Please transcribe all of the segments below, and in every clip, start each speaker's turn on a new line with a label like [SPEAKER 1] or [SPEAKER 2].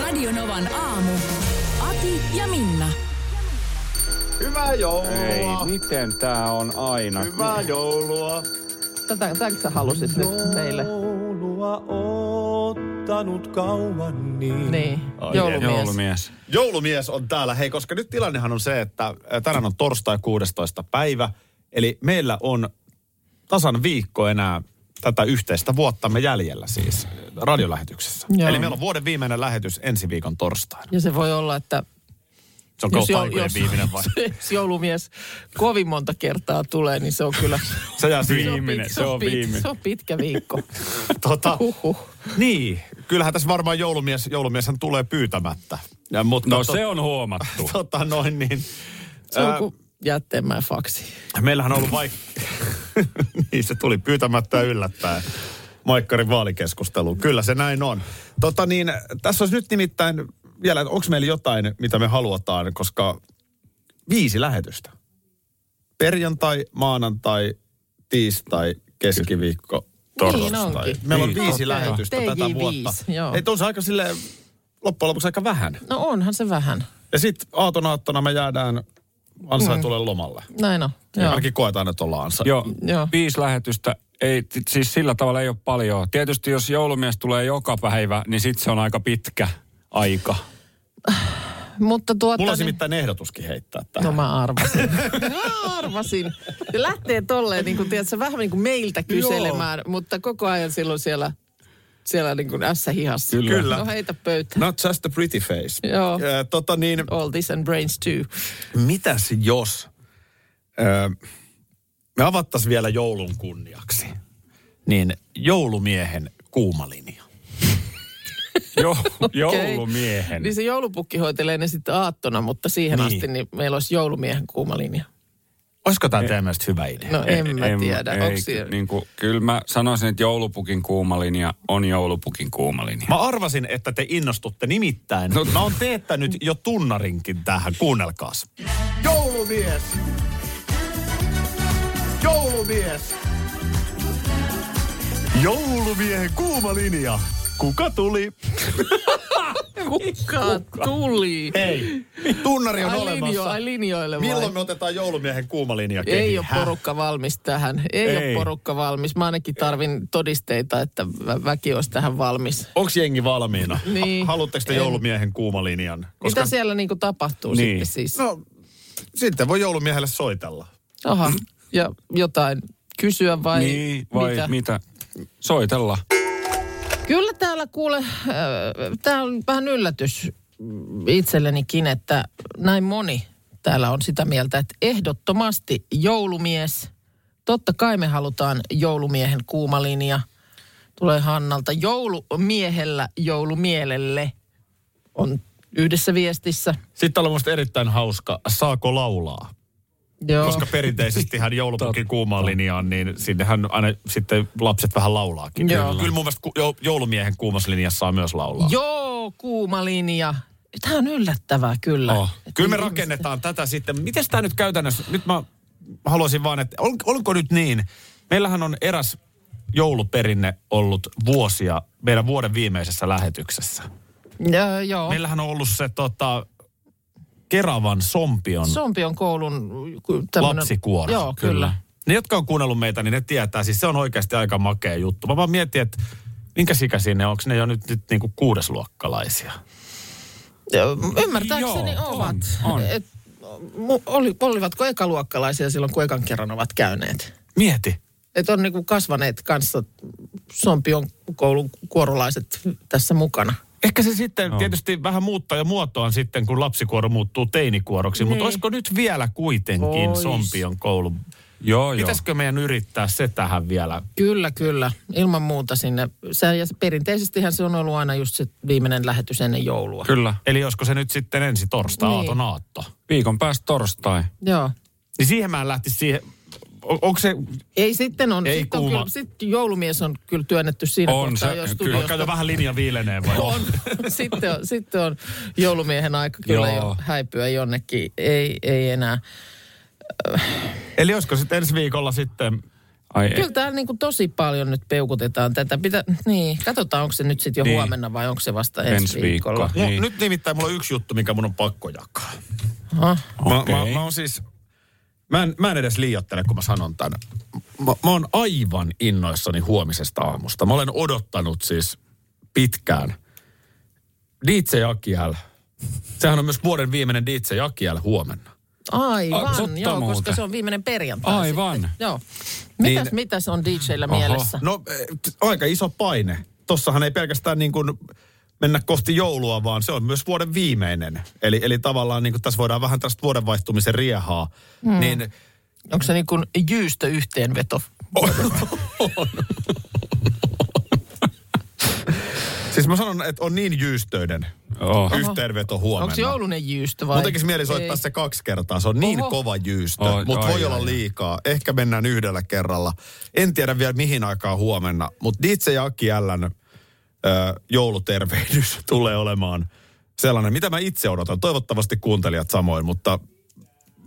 [SPEAKER 1] Radionovan aamu. Ati ja Minna.
[SPEAKER 2] Hyvää joulua!
[SPEAKER 3] Ei, miten tää on aina?
[SPEAKER 2] Hyvää joulua!
[SPEAKER 4] Tätä, tätäkö sä halusit nyt meille?
[SPEAKER 5] Joulua ottanut kauan niin.
[SPEAKER 4] Niin,
[SPEAKER 3] Ai,
[SPEAKER 4] joulumies.
[SPEAKER 3] joulumies.
[SPEAKER 2] Joulumies on täällä. Hei, koska nyt tilannehan on se, että äh, tänään on torstai 16. päivä. Eli meillä on tasan viikko enää tätä yhteistä vuottamme jäljellä siis äh, radiolähetyksessä.
[SPEAKER 4] Joo.
[SPEAKER 2] Eli meillä on vuoden viimeinen lähetys ensi viikon torstaina.
[SPEAKER 4] Ja se voi olla, että
[SPEAKER 2] Se on
[SPEAKER 4] jos,
[SPEAKER 2] kautta aikojen viimeinen vai?
[SPEAKER 4] jos joulumies kovin monta kertaa tulee, niin se on kyllä...
[SPEAKER 2] Se jää
[SPEAKER 4] se
[SPEAKER 2] siihen.
[SPEAKER 4] on
[SPEAKER 3] Viimeinen,
[SPEAKER 4] pit-
[SPEAKER 3] se on
[SPEAKER 4] pit-
[SPEAKER 3] viimeinen.
[SPEAKER 4] Se on pitkä viikko.
[SPEAKER 2] Tota,
[SPEAKER 4] Huhhuh.
[SPEAKER 2] niin, kyllähän tässä varmaan joulumies, joulumieshän tulee pyytämättä. Ja, mutta
[SPEAKER 3] No
[SPEAKER 2] to-
[SPEAKER 3] se on huomattu.
[SPEAKER 2] Tota noin niin.
[SPEAKER 4] Se on
[SPEAKER 2] Ää,
[SPEAKER 4] kuin jätteemään faksi.
[SPEAKER 2] Meillähän on ollut vaikka... niin, se tuli pyytämättä ja yllättäen. Maikkarin vaalikeskustelu. Kyllä se näin on. Tota niin, tässä olisi nyt nimittäin vielä, että onko meillä jotain, mitä me haluataan, koska viisi lähetystä. Perjantai, maanantai, tiistai, keskiviikko, torstai.
[SPEAKER 4] Niin onkin.
[SPEAKER 2] Meillä on
[SPEAKER 4] Niin.
[SPEAKER 2] viisi
[SPEAKER 4] Okei.
[SPEAKER 2] lähetystä
[SPEAKER 4] TJ
[SPEAKER 2] tätä vuotta.
[SPEAKER 4] viisi, joo.
[SPEAKER 2] Ei, on se aika sille loppujen lopuksi aika vähän.
[SPEAKER 4] No onhan se vähän.
[SPEAKER 2] Ja sitten aatonaattona me jäädään ansaitulle lomalle.
[SPEAKER 4] Näin on.
[SPEAKER 2] Joo.
[SPEAKER 4] Mm. Joo.
[SPEAKER 2] Ainakin koetaan, että ollaan ansa.
[SPEAKER 3] Joo,
[SPEAKER 4] Joo.
[SPEAKER 3] viisi lähetystä. Ei, t- siis sillä tavalla ei ole paljon. Tietysti jos joulumies tulee joka päivä, niin sit se on aika pitkä aika.
[SPEAKER 4] Mutta tuota...
[SPEAKER 2] Mulla olisi
[SPEAKER 4] niin-
[SPEAKER 2] nimittäin ehdotuskin heittää
[SPEAKER 4] No
[SPEAKER 2] tähän. No,
[SPEAKER 4] mä arvasin. mä arvasin. Se lähtee tolleen, niin kuin, tiedätkö, vähän niin kuin meiltä kyselemään, Joo. mutta koko ajan silloin siellä, siellä niin kuin ässä hihassa.
[SPEAKER 2] Kyllä. Kyllä.
[SPEAKER 4] No heitä pöytään.
[SPEAKER 2] Not just a pretty face.
[SPEAKER 4] Joo.
[SPEAKER 2] Ö, tota niin,
[SPEAKER 4] All this and brains too.
[SPEAKER 2] mitäs jos ö, me avattaisiin vielä joulun kunniaksi, niin joulumiehen kuuma linja.
[SPEAKER 3] Jo,
[SPEAKER 4] Okei.
[SPEAKER 3] joulumiehen.
[SPEAKER 4] Niin se joulupukki hoitelee ne sitten aattona, mutta siihen
[SPEAKER 2] Niin.
[SPEAKER 4] niin. asti niin meillä olisi joulumiehen kuuma linja.
[SPEAKER 2] Olisiko tämä teidän mielestä hyvä idea?
[SPEAKER 4] No en, en mä tiedä,
[SPEAKER 3] ei,
[SPEAKER 4] onko siellä...
[SPEAKER 3] Niin kuin, kyllä mä sanoisin, että joulupukin kuumalinja on joulupukin kuumalinja.
[SPEAKER 2] Mä arvasin, että te innostutte nimittäin. No. Mä oon teettänyt jo tunnarinkin tähän, kuunnelkaas. Joulumies! Joulumies! Joulumiehen kuuma linja. Kuka tuli?
[SPEAKER 4] Kuka tuli?
[SPEAKER 2] Hei, tunnari on
[SPEAKER 4] Ai, linjo,
[SPEAKER 2] olemassa.
[SPEAKER 4] ai linjoille vai?
[SPEAKER 2] Milloin me otetaan joulumiehen kuuma linja
[SPEAKER 4] Ei
[SPEAKER 2] kehiin?
[SPEAKER 4] ole
[SPEAKER 2] Häh?
[SPEAKER 4] porukka valmis tähän. Ei,
[SPEAKER 2] Ei.
[SPEAKER 4] ei ole porukka valmis. Mä ainakin tarvin todisteita, että vä- väki olisi tähän valmis.
[SPEAKER 2] Onks jengi valmiina?
[SPEAKER 4] Niin.
[SPEAKER 2] Haluatteko te
[SPEAKER 4] En.
[SPEAKER 2] joulumiehen kuuma linjan?
[SPEAKER 4] Koska... Mitä siellä niinku tapahtuu
[SPEAKER 3] Niin.
[SPEAKER 4] niin. sitten siis?
[SPEAKER 2] No, sitten voi joulumiehelle soitella.
[SPEAKER 4] Aha, ja jotain kysyä vai,
[SPEAKER 3] niin, vai
[SPEAKER 4] mitä?
[SPEAKER 3] mitä? mitä? Soitella.
[SPEAKER 4] Kyllä täällä kuule, äh, tämä on vähän yllätys itsellenikin, että näin moni täällä on sitä mieltä, että ehdottomasti joulumies. Totta kai me halutaan joulumiehen kuuma linja. Tulee Hannalta joulumiehellä joulumielelle on yhdessä viestissä.
[SPEAKER 2] Sitten täällä on musta erittäin hauska, saako laulaa?
[SPEAKER 4] Joo.
[SPEAKER 2] Koska perinteisesti hän joulupukin kuumaan linjaan, niin sinnehän aina sitten lapset vähän laulaakin.
[SPEAKER 4] Joo.
[SPEAKER 2] Kyllä mun mielestä ku, jou- joulumiehen kuumassa linjassa saa myös laulaa.
[SPEAKER 4] Joo, kuuma linja. Tämä on yllättävää kyllä.
[SPEAKER 2] Oh.
[SPEAKER 4] Että
[SPEAKER 2] Kyllä me
[SPEAKER 4] ihmiset-
[SPEAKER 2] rakennetaan tätä sitten. Miten tämä nyt käytännössä, nyt mä haluaisin vaan, että on, onko nyt niin? Meillähän on eräs jouluperinne ollut vuosia meidän vuoden viimeisessä lähetyksessä.
[SPEAKER 4] Joo, joo.
[SPEAKER 2] Meillähän on ollut se tota, Keravan Sompion
[SPEAKER 4] Sompi on koulun ku- tämmönen-
[SPEAKER 2] lapsikuora.
[SPEAKER 4] Joo, kyllä. kyllä.
[SPEAKER 2] Ne, jotka on kuunnellut meitä, niin ne tietää. Siis se on oikeasti aika makea juttu. Mä vaan mietin, että minkä ikäisiä ne on. Onko ne jo nyt, nyt niinku kuudesluokkalaisia?
[SPEAKER 4] Joo, Ymmärtääkseni
[SPEAKER 3] Joo,
[SPEAKER 4] Joo,
[SPEAKER 3] on,
[SPEAKER 4] ovat.
[SPEAKER 3] on.
[SPEAKER 4] Et, mu- oli, olivatko ekaluokkalaisia silloin, kun ekan kerran ovat käyneet?
[SPEAKER 2] Mieti.
[SPEAKER 4] Että on niinku kasvaneet kanssa Sompion koulun kuorolaiset tässä mukana.
[SPEAKER 2] Ehkä se sitten no. tietysti vähän muuttaa ja muotoaan sitten, kun lapsikuoro muuttuu teinikuoroksi. Mutta olisiko nyt vielä kuitenkin
[SPEAKER 4] Niin. Vois.
[SPEAKER 2] Sompion koulun
[SPEAKER 3] Joo, joo.
[SPEAKER 2] Pitäisikö meidän yrittää se tähän vielä?
[SPEAKER 4] Kyllä, kyllä. Ilman muuta sinne. Se, ja se, perinteisestihän se on ollut aina just se viimeinen lähetys ennen joulua.
[SPEAKER 3] Kyllä.
[SPEAKER 2] Eli josko se nyt sitten ensi torstai,
[SPEAKER 4] Niin.
[SPEAKER 2] niin. aaton aatto?
[SPEAKER 3] Viikon päästä torstai.
[SPEAKER 4] Joo.
[SPEAKER 2] Niin siihen mä en lähtisi siihen... On, onko se...
[SPEAKER 4] Ei sitten on.
[SPEAKER 2] Ei
[SPEAKER 4] sit on
[SPEAKER 2] kuuma.
[SPEAKER 4] kyllä, sit joulumies on kyllä työnnetty siinä
[SPEAKER 3] On
[SPEAKER 4] kohtaa,
[SPEAKER 3] se,
[SPEAKER 4] jos
[SPEAKER 3] kyllä.
[SPEAKER 4] studiosta-
[SPEAKER 2] Onko jo vähän linja viilenee vai? On.
[SPEAKER 4] sitten, on, sitten on joulumiehen aika kyllä
[SPEAKER 3] Joo.
[SPEAKER 4] jo häipyä jonnekin. Ei, ei enää.
[SPEAKER 2] Eli josko sitten ensi viikolla sitten...
[SPEAKER 3] Ai,
[SPEAKER 4] Kyllä täällä niin kuin tosi paljon nyt peukutetaan tätä. Pitä, niin, katsotaan, onko se nyt sitten jo
[SPEAKER 3] Niin.
[SPEAKER 4] huomenna vai onko se vasta ensi,
[SPEAKER 3] Ensi viikko.
[SPEAKER 4] viikolla.
[SPEAKER 2] Mu-
[SPEAKER 3] Niin.
[SPEAKER 2] Nyt nimittäin mulla on yksi juttu, mikä mun on pakko jakaa.
[SPEAKER 4] Aha.
[SPEAKER 3] Okei.
[SPEAKER 2] Mä, mä, mä oon siis... Mä en, mä en edes liioittele, kun mä sanon tämän. Mä, mä oon aivan innoissani huomisesta aamusta. Mä olen odottanut siis pitkään DJ Akiel. Sehän on myös vuoden viimeinen DJ Akiel huomenna.
[SPEAKER 3] A-
[SPEAKER 4] Aivan,
[SPEAKER 3] totta
[SPEAKER 4] joo, koska
[SPEAKER 3] muuten.
[SPEAKER 4] se on viimeinen perjantai
[SPEAKER 3] Aivan.
[SPEAKER 4] Sitten. Joo. Mitäs,
[SPEAKER 2] Niin-
[SPEAKER 4] mitäs on DJllä mielessä?
[SPEAKER 2] No eh, t- aika iso paine. Tossahan ei pelkästään niin kuin mennä kohti joulua, vaan se on myös vuoden viimeinen. Eli, eli tavallaan niin kuin tässä voidaan vähän tästä vuoden vaihtumisen riehaa. Mm. Niin
[SPEAKER 4] Onko se niin kuin jyystö yhteenveto?
[SPEAKER 2] siis mä sanon, että on niin jyystöinen
[SPEAKER 3] Oh.
[SPEAKER 2] yhteenveto huomenna.
[SPEAKER 4] Onko se joulunen jyystö vai?
[SPEAKER 2] Mun tekisi mieli soittaa
[SPEAKER 4] ei?
[SPEAKER 2] se kaksi kertaa. Se on niin
[SPEAKER 4] Oho.
[SPEAKER 2] Oho. kova jyystö,
[SPEAKER 3] Oi,
[SPEAKER 2] mutta
[SPEAKER 3] ai,
[SPEAKER 2] voi
[SPEAKER 3] ai,
[SPEAKER 2] olla
[SPEAKER 3] ai.
[SPEAKER 2] liikaa. Ehkä mennään yhdellä kerralla. En tiedä vielä mihin aikaan huomenna, mutta DJ ja Aki Ällän ö, joulutervehdys tulee olemaan sellainen, mitä mä itse odotan. Toivottavasti kuuntelijat samoin, mutta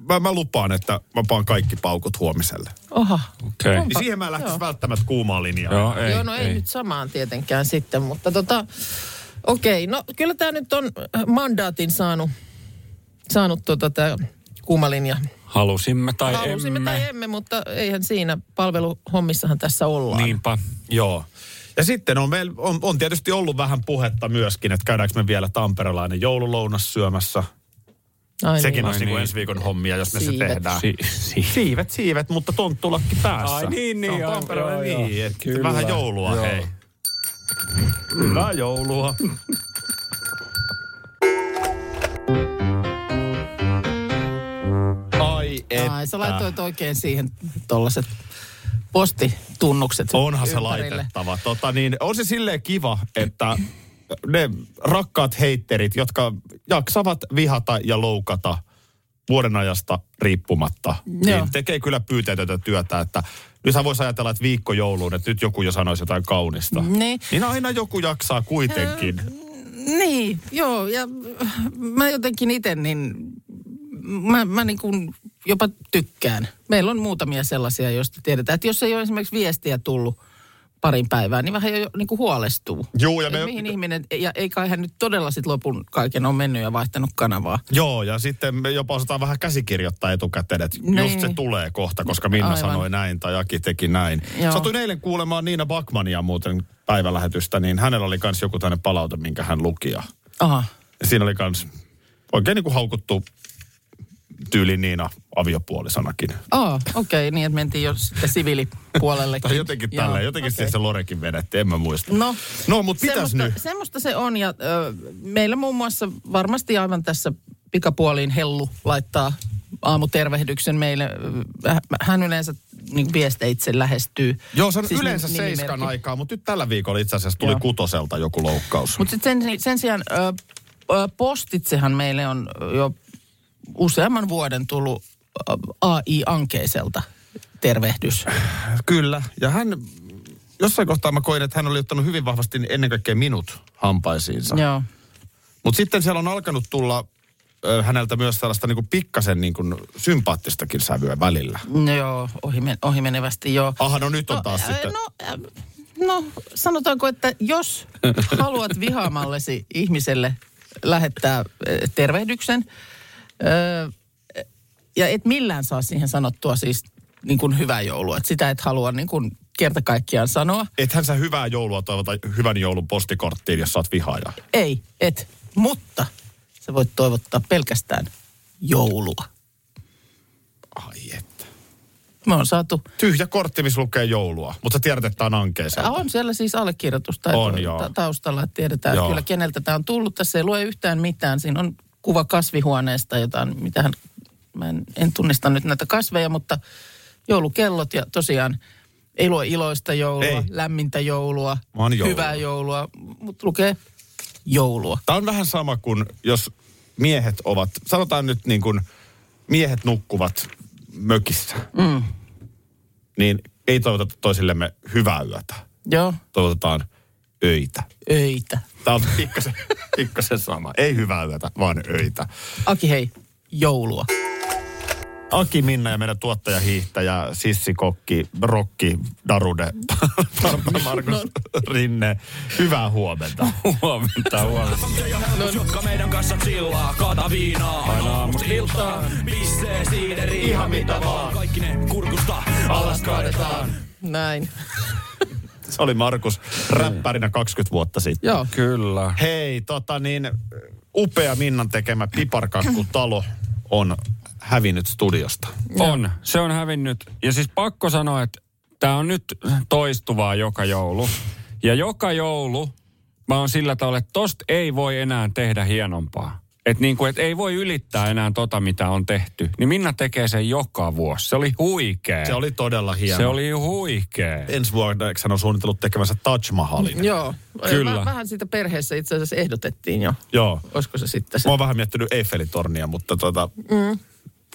[SPEAKER 2] mä, mä lupaan, että mä paan kaikki paukut huomiselle.
[SPEAKER 4] Oha.
[SPEAKER 3] Okei.
[SPEAKER 4] Onpa-
[SPEAKER 2] Niin siihen mä en lähtisi
[SPEAKER 4] Joo.
[SPEAKER 2] välttämättä kuumaan linjaa.
[SPEAKER 3] Joo, ei,
[SPEAKER 4] Joo, no ei, ei nyt samaan tietenkään sitten, mutta tota, okei, no kyllä tämä nyt on äh, mandaatin saanut, saanut tota tämä kuumalinja.
[SPEAKER 3] Halusimme tai
[SPEAKER 4] Halusimme
[SPEAKER 3] emme.
[SPEAKER 4] tai emme, mutta eihän siinä palveluhommissahan tässä ollaan.
[SPEAKER 3] Niinpä.
[SPEAKER 2] Joo. Ja sitten on, meillä, on, on tietysti ollut vähän puhetta myöskin, että käydäänkö me vielä tamperelainen joululounas syömässä.
[SPEAKER 4] Ai
[SPEAKER 2] Sekin
[SPEAKER 4] niin.
[SPEAKER 2] olisi niin
[SPEAKER 3] niin.
[SPEAKER 2] kuin ensi viikon hommia, jos me
[SPEAKER 4] Siivet.
[SPEAKER 2] se tehdään.
[SPEAKER 3] Si- si-
[SPEAKER 2] Siivet, siivet, mutta tonttulakki päässä.
[SPEAKER 3] Ai niin, niin,
[SPEAKER 2] Se on
[SPEAKER 3] joo,
[SPEAKER 2] Tampereella
[SPEAKER 3] joo,
[SPEAKER 2] niin,
[SPEAKER 3] joo.
[SPEAKER 2] että
[SPEAKER 3] Kyllä.
[SPEAKER 2] vähän joulua,
[SPEAKER 3] Joo.
[SPEAKER 2] hei. Hyvää joulua. Ai että.
[SPEAKER 4] Ai, sä laitoit oikein siihen tollaset postitunnukset
[SPEAKER 2] Onhan se
[SPEAKER 4] ympärille.
[SPEAKER 2] laitettava. Tota, niin, on se silleen kiva, että ne rakkaat heitterit, jotka jaksavat vihata ja loukata vuodenajasta riippumatta,
[SPEAKER 4] Joo.
[SPEAKER 2] niin tekee kyllä pyyteetöntä työtä. Että nythän voisi ajatella, että viikko jouluun, että nyt joku jo sanoisi jotain kaunista.
[SPEAKER 4] Niin.
[SPEAKER 2] Niin aina joku jaksaa kuitenkin.
[SPEAKER 4] Niin, joo, ja mä jotenkin itse niin, mä, mä niin kuin jopa tykkään. Meillä on muutamia sellaisia, joista tiedetään, että jos ei ole esimerkiksi viestiä tullut parin päivään, niin vähän jo niin kuin huolestuu.
[SPEAKER 2] Juu, ja
[SPEAKER 4] me...
[SPEAKER 2] me-
[SPEAKER 4] Mihin ihminen, ja ei kai hän nyt todella sit lopun kaiken on mennyt ja vaihtanut kanavaa.
[SPEAKER 2] Joo, ja sitten me jopa osataan vähän käsikirjoittaa etukäteen, että
[SPEAKER 4] Niin.
[SPEAKER 2] just se tulee kohta, koska Minna
[SPEAKER 4] Aivan.
[SPEAKER 2] Aivan. sanoi näin tai Aki teki näin.
[SPEAKER 4] Joo.
[SPEAKER 2] Joo. Satuin eilen kuulemaan Niina Bakmania muuten päivälähetystä, niin hänellä oli myös joku tämmöinen palaute, minkä hän luki. Ja
[SPEAKER 4] Aha,
[SPEAKER 2] siinä oli myös oikein niin kuin haukuttu tyyli Niina aviopuolisonakin.
[SPEAKER 4] oh, okei, okay, niin että mentiin jo sitten siviilipuolelle.
[SPEAKER 2] Tai jotenkin tällä, jotenkin okay. se Lorekin vedettiin, en mä muista.
[SPEAKER 4] No,
[SPEAKER 2] no mutta mitäs
[SPEAKER 4] semmoista,
[SPEAKER 2] nyt?
[SPEAKER 4] Semmoista se on ja ö, meillä muun muassa varmasti aivan tässä pikapuoliin Hellu laittaa aamutervehdyksen meille. Ö, hä- Hän yleensä niin viesteitse lähestyy.
[SPEAKER 2] Joo, se on
[SPEAKER 4] Siis
[SPEAKER 2] siis yleensä
[SPEAKER 4] nim-
[SPEAKER 2] seiskan
[SPEAKER 4] nimimerkki.
[SPEAKER 2] aikaa, mutta nyt tällä viikolla itse asiassa tuli
[SPEAKER 4] Joo.
[SPEAKER 2] Joo. kutoselta joku loukkaus.
[SPEAKER 4] Mutta sitten sen, sen sijaan ö, ö, postitsehan meille on jo useamman vuoden tullut ö, AI-ankeiselta tervehdys.
[SPEAKER 2] Kyllä, ja hän, jossain kohtaa mä koin, että hän oli ottanut hyvin vahvasti ennen kaikkea minut hampaisiinsa.
[SPEAKER 4] Joo.
[SPEAKER 2] Mutta sitten siellä on alkanut tulla ö, häneltä myös tällaista niinku pikkasen niinku sympaattistakin sävyä välillä.
[SPEAKER 4] No Joo, ohimen, ohimenevästi joo.
[SPEAKER 2] Aha, no nyt on taas
[SPEAKER 4] äh,
[SPEAKER 2] sitten.
[SPEAKER 4] No, äh, no, sanotaanko, että jos haluat vihaamallesi ihmiselle lähettää äh, tervehdyksen, äh, ja et millään saa siihen sanottua siis niin kuin hyvää joulua, että sitä et halua niin kuin kerta kaikkiaan sanoa.
[SPEAKER 2] Ethän sä hyvää joulua toivota hyvän joulun postikorttiin, jos sä oot vihaaja.
[SPEAKER 4] Ei, et. Mutta sä voit toivottaa pelkästään joulua.
[SPEAKER 2] Ai että.
[SPEAKER 4] Me on saatu
[SPEAKER 2] Tyhjä kortti, missä lukee joulua, mutta sä tiedät, että tää on ankeeseen.
[SPEAKER 4] Ah, On siellä siis allekirjoitusta
[SPEAKER 2] On,
[SPEAKER 4] ta-
[SPEAKER 2] joo.
[SPEAKER 4] taustalla, että tiedetään
[SPEAKER 2] Joo.
[SPEAKER 4] kyllä keneltä tämä on tullut. Tässä ei lue yhtään mitään. Siinä on kuva kasvihuoneesta, jotain, mitähän, mä en, en tunnista nyt näitä kasveja, mutta joulukellot ja tosiaan ei luo iloista joulua,
[SPEAKER 2] Ei.
[SPEAKER 4] ei. lämmintä joulua,
[SPEAKER 2] Vaan joulua.
[SPEAKER 4] hyvää joulua, mutta lukee joulua.
[SPEAKER 2] Tämä on vähän sama kuin jos miehet ovat, sanotaan nyt niin kuin miehet nukkuvat mökissä. Mm. Niin ei toivoteta toisillemme hyvää yötä.
[SPEAKER 4] Joo,
[SPEAKER 2] Toivotetaan öitä.
[SPEAKER 4] öitä.
[SPEAKER 2] Tämä on pikkasen, pikkasen sama. Ei hyvää yötä, vaan öitä.
[SPEAKER 4] Aki hei, joulua.
[SPEAKER 2] Aki Minna ja meidän tuottaja, hiihtäjä, sissikokki, rokki, darude, Parta Markus Rinne. Hyvää huomenta.
[SPEAKER 3] Huomenta, huomenta.
[SPEAKER 6] Jukka meidän kanssa chillaa, kaata viinaa. Aina aamusta iltaan, pissee siideriin. Ihan mitä vaan. Kaikki ne kurkusta alas kaadetaan.
[SPEAKER 4] Näin.
[SPEAKER 2] Se oli Markus räppärinä 20 vuotta sitten.
[SPEAKER 4] Joo.
[SPEAKER 3] Kyllä.
[SPEAKER 2] Hei, tota niin, upea Minnan tekemä piparkakkutalo on hävinnyt studiosta.
[SPEAKER 3] On. Se on hävinnyt. Ja siis pakko sanoa, että tämä on nyt toistuvaa joka joulu. Ja joka joulu mä oon sillä tavalla, että tosta ei voi enää tehdä hienompaa. Että niin kuin, et ei voi ylittää enää tota, mitä on tehty. Niin Minna tekee sen joka vuosi. Se oli huikea.
[SPEAKER 2] Se oli todella hieno.
[SPEAKER 3] se oli huikea.
[SPEAKER 2] Ensi vuodeksi hän on suunnitellut tekemänsä Taj Mahalin.
[SPEAKER 4] Joo.
[SPEAKER 3] Kyllä.
[SPEAKER 4] Vähän, vähän sitä perheessä itse asiassa ehdotettiin jo.
[SPEAKER 2] Joo.
[SPEAKER 4] Olisiko se sitten se?
[SPEAKER 2] Mä oon vähän miettinyt Eiffelin tornia, mutta tota, mm.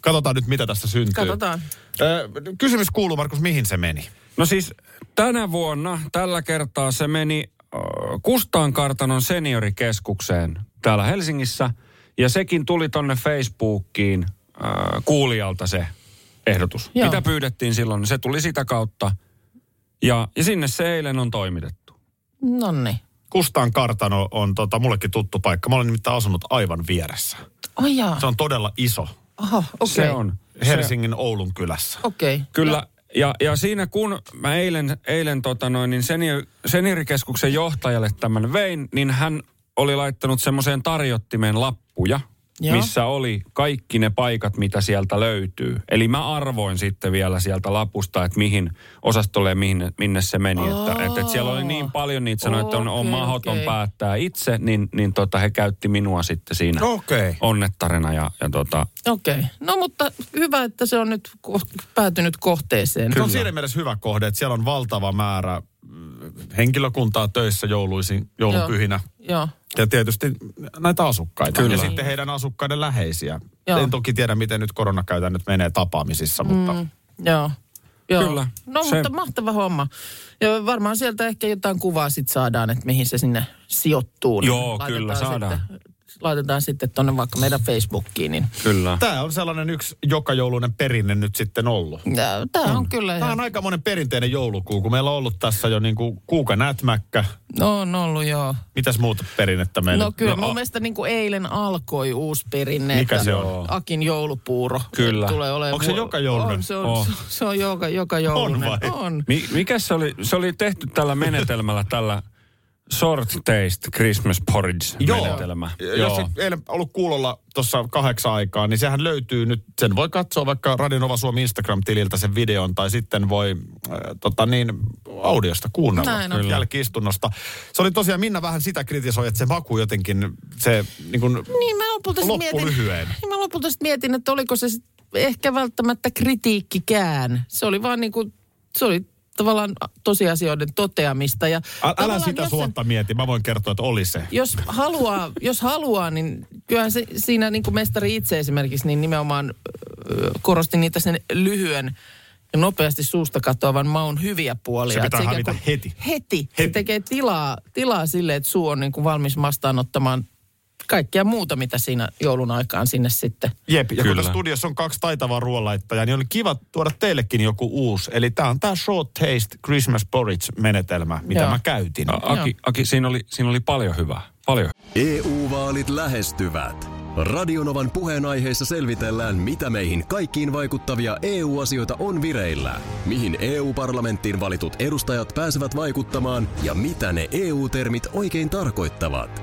[SPEAKER 2] katsotaan nyt, mitä tästä syntyy.
[SPEAKER 4] Katsotaan.
[SPEAKER 2] Ö, kysymys kuuluu, Markus, mihin se meni?
[SPEAKER 3] No siis tänä vuonna, tällä kertaa se meni äh, Kustaankartanon seniorikeskukseen täällä Helsingissä. Ja sekin tuli tonne Facebookiin äh, kuulijalta se ehdotus,
[SPEAKER 4] Joo.
[SPEAKER 3] Joo. mitä pyydettiin silloin. niin Se tuli sitä kautta. Ja, ja sinne se eilen on toimitettu.
[SPEAKER 4] Nonni.
[SPEAKER 2] Kustaan kartano on tota, mullekin tuttu paikka. Mä olen nimittäin asunut aivan vieressä.
[SPEAKER 4] Ai jaa.
[SPEAKER 2] Se on todella iso
[SPEAKER 4] Aha, okei.
[SPEAKER 3] Se on.
[SPEAKER 2] Helsingin Oulun kylässä.
[SPEAKER 4] Okei.
[SPEAKER 3] Kyllä. Ja, ja siinä kun mä eilen, eilen tota noin, niin senior, seniorikeskuksen johtajalle tämän vein, niin hän oli laittanut semmoiseen tarjottimeen lappuja,
[SPEAKER 4] Joo.
[SPEAKER 3] Joo. missä oli kaikki ne paikat, mitä sieltä löytyy. Eli mä arvoin sitten vielä sieltä lapusta, että mihin osastolle ja mihin, minne se meni. Että, että, että siellä oli niin paljon niitä sanoi, että on, on
[SPEAKER 4] Okei,
[SPEAKER 3] mahdoton
[SPEAKER 4] okei.
[SPEAKER 3] päättää itse, niin, niin tota, he käytti minua sitten siinä
[SPEAKER 2] No. Okei.
[SPEAKER 3] onnettarena ja, ja tota,
[SPEAKER 4] Okei. No mutta hyvä, että se on nyt ko- päätynyt kohteeseen.
[SPEAKER 2] Se on siinä mielessä hyvä kohde, että siellä on valtava määrä mm, henkilökuntaa töissä jouluisin, joulunpyhinä.
[SPEAKER 4] Joo.
[SPEAKER 2] Ja tietysti näitä asukkaita.
[SPEAKER 3] Kyllä.
[SPEAKER 2] Ja sitten heidän asukkaiden läheisiä.
[SPEAKER 4] Joo.
[SPEAKER 2] En toki tiedä, miten nyt koronakäytännöt menee tapaamisissa, mutta... Mm.
[SPEAKER 4] Joo. Joo.
[SPEAKER 3] Kyllä.
[SPEAKER 4] No
[SPEAKER 3] Se-
[SPEAKER 4] mutta mahtava homma. Ja varmaan sieltä ehkä jotain kuvaa sit saadaan, että mihin se sinne sijoittuu. niin
[SPEAKER 3] Joo, kyllä, saadaan.
[SPEAKER 4] Sitten, laitetaan sitten tonne vaikka meidän Facebookiin. Niin.
[SPEAKER 3] kyllä.
[SPEAKER 2] Tämä on sellainen yksi jokajouluinen perinne nyt sitten ollut.
[SPEAKER 4] Tämä
[SPEAKER 3] Mm.
[SPEAKER 4] on, on kyllä
[SPEAKER 2] Tämä on
[SPEAKER 4] ihan...
[SPEAKER 2] aika monen perinteinen joulukuu, kun meillä on ollut tässä jo niin kuin kuuka nätmäkkä.
[SPEAKER 4] No on ollut joo.
[SPEAKER 2] Mitäs muuta perinnettä meillä?
[SPEAKER 4] No kyllä, mun
[SPEAKER 2] a-
[SPEAKER 4] mielestä niin kuin eilen alkoi uusi perinne.
[SPEAKER 2] Mikä
[SPEAKER 4] että
[SPEAKER 2] se on?
[SPEAKER 4] Akin joulupuuro.
[SPEAKER 3] Kyllä.
[SPEAKER 4] Tulee olemaan
[SPEAKER 2] Onko se
[SPEAKER 4] vu-
[SPEAKER 2] joka joulunen?
[SPEAKER 4] On, se on,
[SPEAKER 3] On.
[SPEAKER 4] se- se on joka, joka joulunen.
[SPEAKER 2] vai?
[SPEAKER 4] On.
[SPEAKER 3] Mi- mikä se oli? Se oli tehty tällä menetelmällä, tällä short taste Christmas porridge menetelmä.
[SPEAKER 2] Joo. Jos et eilen ollut kuulolla tuossa kahdeksan aikaa, niin sehän löytyy nyt, sen voi katsoa vaikka Radionova Suomi Instagram-tililtä sen videon, tai sitten voi äh, tota niin, audiosta kuunnella
[SPEAKER 4] Näin on.
[SPEAKER 2] Kyllä. jälkiistunnosta. Se oli tosiaan, Minna vähän sitä kritisoi, että se maku jotenkin, se niin kuin,
[SPEAKER 4] Niin mä lopulta sit
[SPEAKER 2] Loppu
[SPEAKER 4] mietin,
[SPEAKER 2] lyhyen.
[SPEAKER 4] Niin mä lopulta sit mietin, että oliko se sit ehkä välttämättä kritiikkikään. Se oli vaan niinku, se oli tavallaan tosiasioiden toteamista. Ja
[SPEAKER 2] Ä- älä
[SPEAKER 4] tavallaan
[SPEAKER 2] sitä
[SPEAKER 4] jos sen-
[SPEAKER 2] suotta mieti, mä voin kertoa, että oli se.
[SPEAKER 4] jos haluaa, jos haluaa, niin kyllähän se, siinä niin kuin mestari itse esimerkiksi, niin nimenomaan ö, korosti niitä sen lyhyen ja nopeasti suusta katoavan maun hyviä puolia.
[SPEAKER 2] Se pitää
[SPEAKER 4] Et ikään
[SPEAKER 2] hävitä
[SPEAKER 4] kuin-
[SPEAKER 2] heti.
[SPEAKER 4] Heti. Se
[SPEAKER 2] Heti.
[SPEAKER 4] tekee tilaa, tilaa sille, että suu on niin kuin valmis vastaanottamaan kaikkea muuta, mitä siinä joulun aikaan sinne sitten.
[SPEAKER 2] Jep, ja kun
[SPEAKER 3] Kyllä.
[SPEAKER 2] tässä studiossa on kaksi taitavaa ruoanlaittajaa, niin oli kiva tuoda teillekin joku uusi. Eli tämä on tämä short taste Christmas porridge-menetelmä, mitä
[SPEAKER 4] Joo.
[SPEAKER 2] mä käytin.
[SPEAKER 3] A- Aki, Aki siinä, oli, siinä oli paljon hyvää. Paljon
[SPEAKER 7] EU-vaalit E lähestyvät. Radionovan puheenaiheessa selvitellään, mitä meihin kaikkiin vaikuttavia EU-asioita on vireillä, mihin EU-parlamenttiin valitut edustajat pääsevät vaikuttamaan ja mitä ne EU-termit oikein tarkoittavat.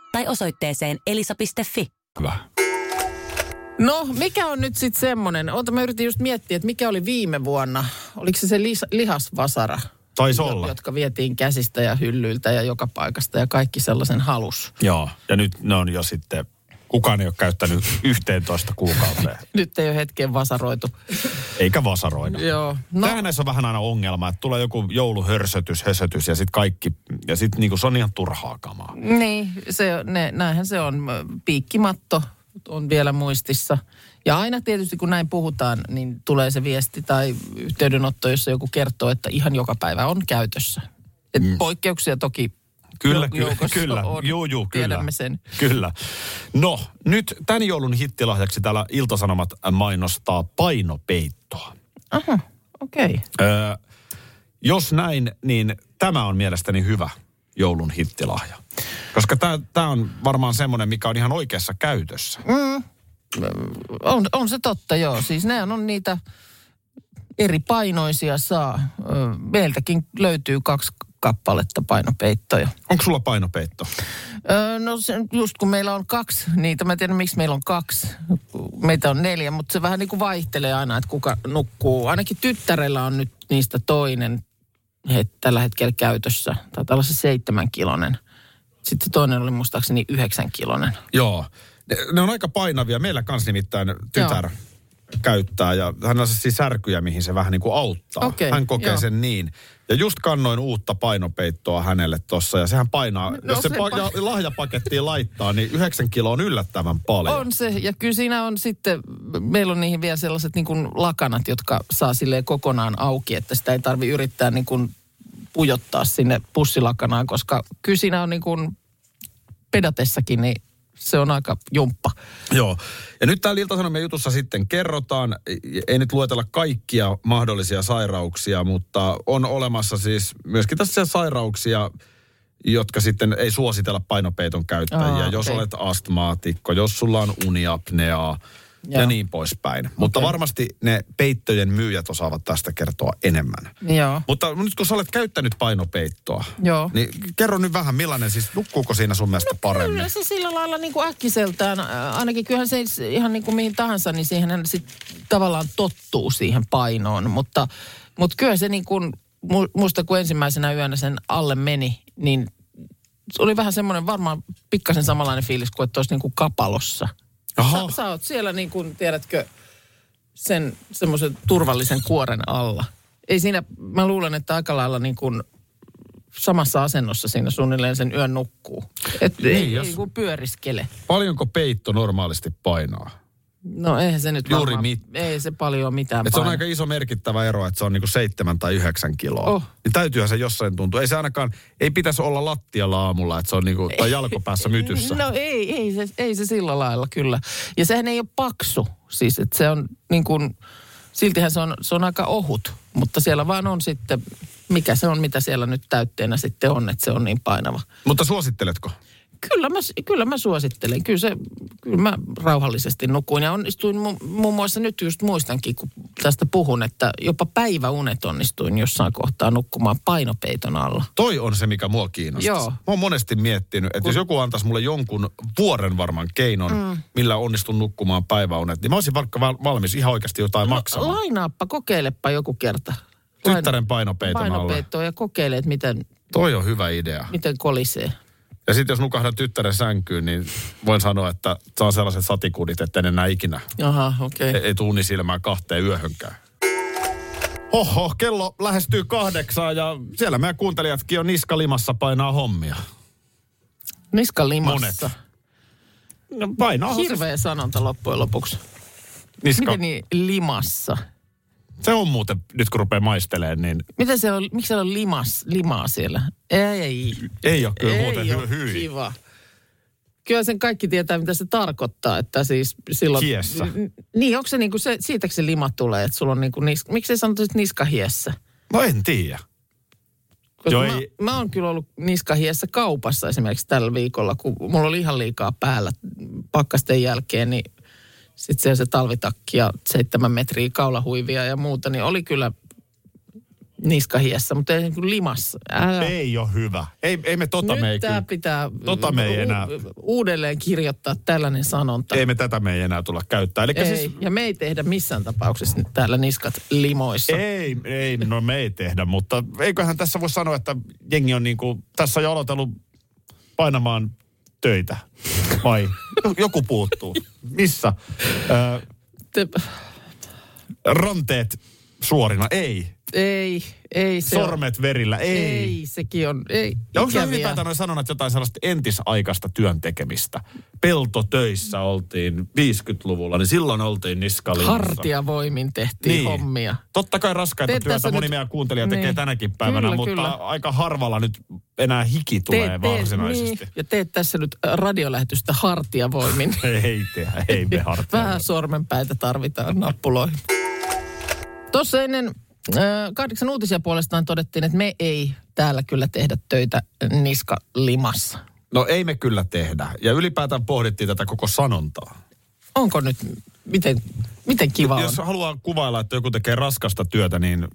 [SPEAKER 8] tai osoitteeseen elisa.fi.
[SPEAKER 3] Hyvä.
[SPEAKER 4] No, mikä on nyt sitten semmoinen? Oota, mä yritin just miettiä, että mikä oli viime vuonna. Oliko se se lis- lihasvasara,
[SPEAKER 2] Taisi olla.
[SPEAKER 4] jotka vietiin käsistä ja hyllyiltä ja joka paikasta ja kaikki sellaisen halus.
[SPEAKER 2] Joo. Ja nyt ne on jo sitten, kukaan ei ole käyttänyt 11 kuukauteen.
[SPEAKER 4] Nyt ei ole hetkeen vasaroitu.
[SPEAKER 2] Eikä vasaroida.
[SPEAKER 4] Joo.
[SPEAKER 2] No.
[SPEAKER 4] No,
[SPEAKER 2] Tämähän näissä on vähän aina ongelma, että tulee joku jouluhörsötys, hösötys ja sitten kaikki, ja sitten niinku se on ihan turhaa kamaa.
[SPEAKER 4] niin, se, ne, näinhän se on. Piikkimatto on vielä muistissa. Ja aina tietysti kun näin puhutaan, niin tulee se viesti tai yhteydenotto, jossa joku kertoo, että ihan joka päivä on käytössä. Et mm. Poikkeuksia toki
[SPEAKER 2] Kyllä,
[SPEAKER 4] jouk-
[SPEAKER 2] kyllä,
[SPEAKER 4] joukossa
[SPEAKER 2] kyllä.
[SPEAKER 4] on.
[SPEAKER 2] Juu, juu, kyllä.
[SPEAKER 4] Tiedämme sen.
[SPEAKER 2] Kyllä. No, nyt tämän joulun hittilahjaksi täällä Iltasanomat mainostaa painopeittoa.
[SPEAKER 4] Aha, okei. Okay.
[SPEAKER 2] Öö, jos näin, niin tämä on mielestäni hyvä joulun hittilahja. Koska tämä on varmaan semmoinen, mikä on ihan oikeassa käytössä.
[SPEAKER 4] On, on se totta, joo. Siis ne on niitä eri painoisia saa. Ö, Meiltäkin löytyy kaksi kappaletta painopeittoja.
[SPEAKER 2] Onko sulla painopeitto?
[SPEAKER 4] Ö, No se, just kun meillä on kaksi niitä, mä en tiedä miksi meillä on kaksi. Meitä on neljä, mutta se vähän niin kuin vaihtelee aina, että kuka nukkuu. Ainakin tyttärellä on nyt niistä toinen he, tällä hetkellä käytössä. Taitaa olla se seitsemänkilonen. Sitten se toinen oli muistaakseni yhdeksänkilonen.
[SPEAKER 2] Joo. Ne, ne on aika painavia. Meillä kans nimittäin tytär Joo. käyttää ja hän on siis särkyjä, mihin se vähän niin kuin auttaa.
[SPEAKER 4] Okei,
[SPEAKER 2] hän kokee
[SPEAKER 4] joo.
[SPEAKER 2] sen niin. Ja just kannoin uutta painopeittoa hänelle tossa ja sehän painaa, no, jos se
[SPEAKER 4] se
[SPEAKER 2] pa-
[SPEAKER 4] pa-
[SPEAKER 2] lahjapakettiin laittaa, niin yhdeksän kiloa on yllättävän paljon.
[SPEAKER 4] On se, ja kyllä siinä on sitten, meillä on niihin vielä sellaiset niin kuin lakanat, jotka saa silleen kokonaan auki, että sitä ei tarvi yrittää niin kuin pujottaa sinne pussilakanaan, koska kyllä siinä on niin kuin pedatessakin, niin se on aika jumppa.
[SPEAKER 2] Joo. Ja nyt täällä Ilta-Sanomien jutussa sitten kerrotaan, ei nyt luetella kaikkia mahdollisia sairauksia, mutta on olemassa siis myöskin tässä sairauksia, jotka sitten ei suositella painopeiton käyttäjiä.
[SPEAKER 4] Aa,
[SPEAKER 2] Aa,
[SPEAKER 4] okei.
[SPEAKER 2] okay. Jos olet astmaatikko, jos sulla on uniapneaa ja,
[SPEAKER 4] Joo.
[SPEAKER 2] ja niin poispäin. Mutta
[SPEAKER 4] Okei.
[SPEAKER 2] varmasti ne peittojen myyjät osaavat tästä kertoa enemmän.
[SPEAKER 4] Joo.
[SPEAKER 2] Mutta nyt kun sä olet käyttänyt painopeittoa,
[SPEAKER 4] Joo. No
[SPEAKER 2] niin kerro nyt vähän millainen siis, nukkuuko siinä sun mielestä paremmin?
[SPEAKER 4] Kyllä se sillä lailla niin kuin äkkiseltään, ää, ainakin kyllähän se is- ihan niin kuin mihin tahansa, niin siihen sit tavallaan tottuu siihen painoon. Mutta, mutta kyllä se niin kuin, mu- muista kun ensimmäisenä yönä sen alle meni, niin se oli vähän semmoinen varmaan pikkasen samanlainen fiilis kuin että olisi niin kuin kapalossa.
[SPEAKER 2] Aha.
[SPEAKER 4] Sä, sä oot siellä niin kuin, tiedätkö, sen semmoisen turvallisen kuoren alla. Ei siinä, mä luulen, että aika lailla niin kuin samassa asennossa siinä suunnilleen sen yön nukkuu. Et niin, ei,
[SPEAKER 2] jos-
[SPEAKER 4] ei kun pyöriskele.
[SPEAKER 2] Paljonko peitto normaalisti painaa?
[SPEAKER 4] No eihän se nyt
[SPEAKER 2] Juuri
[SPEAKER 4] varmaan,
[SPEAKER 2] mit-
[SPEAKER 4] Ei se paljon mitään
[SPEAKER 2] Et se on
[SPEAKER 4] paina.
[SPEAKER 2] aika iso merkittävä ero, että se on niinku seitsemän tai yhdeksän kiloa.
[SPEAKER 4] Oh.
[SPEAKER 2] Oh. Niin täytyyhän se jossain tuntua. Ei se ainakaan, ei pitäisi olla lattialla aamulla, että se on niinku, tai jalkopäässä mytyssä.
[SPEAKER 4] No ei, ei, se, ei se sillä lailla kyllä. Ja sehän ei ole paksu. Siis että se on niin kuin, siltihän se on, se on aika ohut. Mutta siellä vaan on sitten, mikä se on, mitä siellä nyt täytteenä sitten on, että se on niin painava.
[SPEAKER 2] Mutta suositteletko?
[SPEAKER 4] Kyllä mä, kyllä mä suosittelen. Kyllä, se, kyllä mä rauhallisesti nukuin ja onnistuin mu- muun muassa nyt just muistankin, kun tästä puhun, että jopa päiväunet onnistuin jossain kohtaa nukkumaan painopeiton alla.
[SPEAKER 2] Toi on se, mikä mua kiinnostaa.
[SPEAKER 4] Joo.
[SPEAKER 2] Mä oon monesti miettinyt, että jos joku antaisi mulle jonkun vuoren varman keinon, mm. millä onnistun nukkumaan päiväunet, niin mä olisin vaikka val- valmis ihan oikeasti jotain no, maksamaan.
[SPEAKER 4] Lainaappa, kokeilepa joku kerta. Lain-
[SPEAKER 2] Tyttären painopeiton, alle.
[SPEAKER 4] painopeittoa ja kokeile, että miten,
[SPEAKER 2] Toi on hyvä idea.
[SPEAKER 4] miten kolisee.
[SPEAKER 2] Ja sitten jos nukahdan tyttären sänkyyn, niin voin sanoa, että saa sellaiset satikudit, että en enää ikinä
[SPEAKER 4] Aha, okei.
[SPEAKER 2] E, ei, ei tunni silmään kahteen yöhönkään. Oho, kello lähestyy kahdeksaan ja siellä meidän kuuntelijatkin on niskalimassa painaa hommia.
[SPEAKER 4] Niska limassa.
[SPEAKER 2] No painaa siis
[SPEAKER 4] Hirveä sanonta loppujen lopuksi.
[SPEAKER 2] niska.
[SPEAKER 4] Miten niin limassa?
[SPEAKER 2] Se on muuten, nyt kun rupeaa maisteleen, niin
[SPEAKER 4] Mitä se on, miksi siellä on limas, limaa siellä? Ei, ei.
[SPEAKER 2] ei ole kyllä
[SPEAKER 4] ei
[SPEAKER 2] muuten
[SPEAKER 4] ole
[SPEAKER 2] hy- hyi.
[SPEAKER 4] kiva. kyllä sen kaikki tietää, mitä se tarkoittaa, että siis silloin...
[SPEAKER 2] Hiessä.
[SPEAKER 4] N- Niin, onko se niinku se, siitäkö se lima tulee, että sulla on niinku niska... Miksi ei sanota, että niskahiessä?
[SPEAKER 2] No en tiedä.
[SPEAKER 4] Koska
[SPEAKER 2] Joo,
[SPEAKER 4] mä,
[SPEAKER 2] ei-
[SPEAKER 4] mä oon kyllä ollut niskahiessä kaupassa esimerkiksi tällä viikolla, kun mulla oli ihan liikaa päällä pakkasten jälkeen, niin sitten se on se talvitakki ja seitsemän metriä kaulahuivia ja muuta, niin oli kyllä niskahiessä, mutta ei niin kuin limassa. Älä.
[SPEAKER 2] Ei ole hyvä. Ei, ei me tota me ei
[SPEAKER 4] Nyt tämä
[SPEAKER 2] kyllä.
[SPEAKER 4] pitää
[SPEAKER 2] Tota me ei enää.
[SPEAKER 4] uudelleen kirjoittaa tällainen sanonta.
[SPEAKER 2] Ei me tätä me ei enää tulla käyttää. Eli
[SPEAKER 4] ei.
[SPEAKER 2] siis,
[SPEAKER 4] Ja me ei tehdä missään tapauksessa nyt täällä niskat limoissa.
[SPEAKER 2] ei, ei, no me ei tehdä, mutta eiköhän tässä voi sanoa, että jengi on niin kuin, tässä on jo aloitellut painamaan töitä. Vai joku puuttuu. Missä? Ö,
[SPEAKER 4] Te-
[SPEAKER 2] ranteet suorina, ei.
[SPEAKER 4] ei, ei se on.
[SPEAKER 2] Sormet verillä, ei.
[SPEAKER 4] Ei, sekin on. Ei,
[SPEAKER 2] Ja onko se
[SPEAKER 4] ikäviä.
[SPEAKER 2] ylipäätään noin sanonut jotain sellaista entisaikaista työn tekemistä? Peltotöissä oltiin 50-luvulla, niin silloin oltiin niskalinjassa.
[SPEAKER 4] Hartiavoimin tehtiin
[SPEAKER 2] Niin.
[SPEAKER 4] hommia.
[SPEAKER 2] Totta kai raskaita
[SPEAKER 4] Teet
[SPEAKER 2] työtä
[SPEAKER 4] tässä
[SPEAKER 2] moni
[SPEAKER 4] nyt-
[SPEAKER 2] meidän kuuntelija tekee
[SPEAKER 4] Niin.
[SPEAKER 2] tänäkin päivänä,
[SPEAKER 4] Kyllä,
[SPEAKER 2] mutta
[SPEAKER 4] kyllä.
[SPEAKER 2] aika harvalla nyt enää hiki tulee varsinaisesti.
[SPEAKER 4] niin, ja teet tässä nyt radiolähetystä hartiavoimin.
[SPEAKER 2] Ei tehdä, ei me hartia.
[SPEAKER 4] niin. Vähän sormenpäitä tarvitaan nappuloihin. Tuossa ennen äh, kahdeksan uutisia puolestaan todettiin, että me ei täällä kyllä tehdä töitä niska limassa.
[SPEAKER 2] No ei me kyllä tehdä. Ja ylipäätään pohdittiin tätä koko sanontaa.
[SPEAKER 4] Onko nyt, miten, miten kiva on?
[SPEAKER 2] Jos haluaa kuvailla, että joku tekee raskasta työtä, niin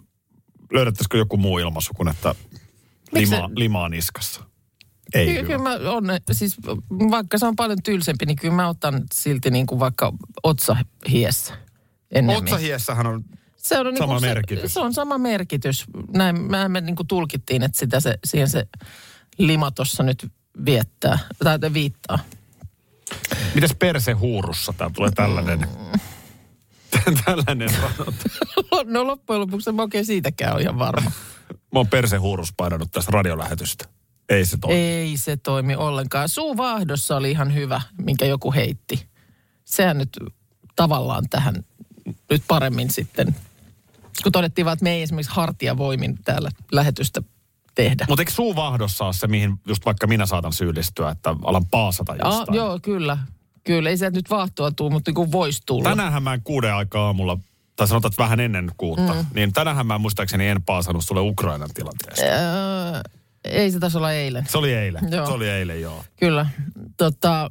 [SPEAKER 2] löydättäisikö joku muu ilmaisu kuin, että
[SPEAKER 4] Miksi
[SPEAKER 2] lima,
[SPEAKER 4] se-
[SPEAKER 2] limaa niskassa? Ei
[SPEAKER 4] Kyllä, kyllä mä on, siis vaikka se on paljon tylsempi, niin kyllä mä otan silti niin kuin vaikka otsahiessä. ennemmin.
[SPEAKER 2] Otsahiessahan on,
[SPEAKER 4] Se on, niin
[SPEAKER 2] Sama
[SPEAKER 4] kuin se,
[SPEAKER 2] merkitys.
[SPEAKER 4] Se on sama merkitys. Näin mä, me niin kuin tulkittiin, että sitä se, siihen se lima tuossa nyt viettää, tai te viittaa.
[SPEAKER 2] mitäs persehuurussa tää tulee tällainen,
[SPEAKER 4] Mm.
[SPEAKER 2] tällainen sanonta.
[SPEAKER 4] No loppujen lopuksi mä oikein siitäkään ole ihan varma.
[SPEAKER 2] Mä oon persehuurus painanut tästä radiolähetystä. Ei se toimi.
[SPEAKER 4] Ei se toimi ollenkaan. Suuvaahdossa oli ihan hyvä, minkä joku heitti. Sehän nyt tavallaan tähän nyt paremmin sitten, kun todettiin vaan, että me ei esimerkiksi hartiavoimin täällä lähetystä tehdä.
[SPEAKER 2] Mutta eikö suuvahdossa ole se, mihin just vaikka minä saatan syyllistyä, että alan paasata
[SPEAKER 4] Ah,
[SPEAKER 2] jostain?
[SPEAKER 4] joo, kyllä. Kyllä, ei se nyt vaahtoa tuu, mutta niin kuin voisi tulla.
[SPEAKER 2] Tänäänhän mä en kuuden aikaa aamulla, tai sanotaan, että vähän ennen kuutta, mm. niin tänäänhän mä en muistaakseni en paasannut sulle Ukrainan tilanteesta.
[SPEAKER 4] Öö, ei se taisi olla eilen.
[SPEAKER 2] Se oli eilen.
[SPEAKER 4] Eh. Joo.
[SPEAKER 2] Se oli eilen, joo.
[SPEAKER 4] Kyllä. Tota,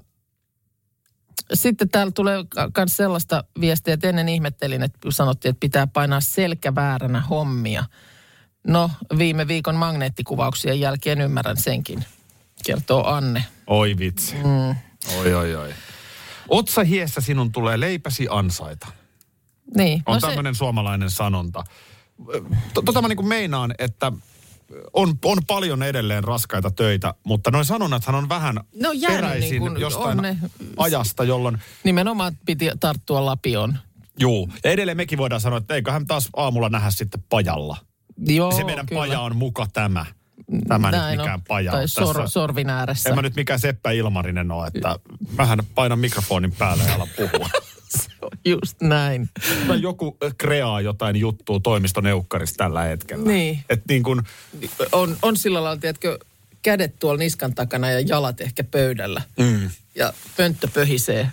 [SPEAKER 4] sitten täällä tulee myös sellaista viestiä, että ennen ihmettelin, että kun sanottiin, että pitää painaa selkävääränä hommia. No, viime viikon magneettikuvauksien jälkeen ymmärrän senkin, kertoo Anne.
[SPEAKER 2] Oi vitsi. Mm. Oi, oi, oi. Otsa hiessä sinun tulee leipäsi ansaita.
[SPEAKER 4] Niin,
[SPEAKER 2] On no
[SPEAKER 4] se,
[SPEAKER 2] tämmöinen suomalainen sanonta. T- Tota mä niin meinaan, että on, on paljon edelleen raskaita töitä, mutta noin sanonnathan on vähän
[SPEAKER 4] Ne on jäänyt
[SPEAKER 2] peräisin
[SPEAKER 4] niin kuin-
[SPEAKER 2] jostain
[SPEAKER 4] on ne-
[SPEAKER 2] ajasta, jolloin
[SPEAKER 4] nimenomaan piti tarttua lapion.
[SPEAKER 2] Juu. Ja edelleen mekin voidaan sanoa, että eiköhän taas aamulla nähdä sitten pajalla.
[SPEAKER 4] Joo,
[SPEAKER 2] se meidän
[SPEAKER 4] kyllä.
[SPEAKER 2] paja on muka tämä. Tämä
[SPEAKER 4] Näin
[SPEAKER 2] nyt
[SPEAKER 4] on.
[SPEAKER 2] mikään paja
[SPEAKER 4] Tai
[SPEAKER 2] on
[SPEAKER 4] sor,
[SPEAKER 2] tässä.
[SPEAKER 4] sorvin ääressä.
[SPEAKER 2] En mä nyt mikään Seppä Ilmarinen ole, että vähän painan mikrofonin päälle ja ala puhua.
[SPEAKER 4] Just näin.
[SPEAKER 2] tai joku kreaa jotain juttua toimistoneukkarissa tällä hetkellä.
[SPEAKER 4] Niin.
[SPEAKER 2] Et niin kun,
[SPEAKER 4] on, on sillä lailla, tiedätkö, kädet tuolla niskan takana ja jalat ehkä pöydällä. Mm. Ja pönttö pöhisee.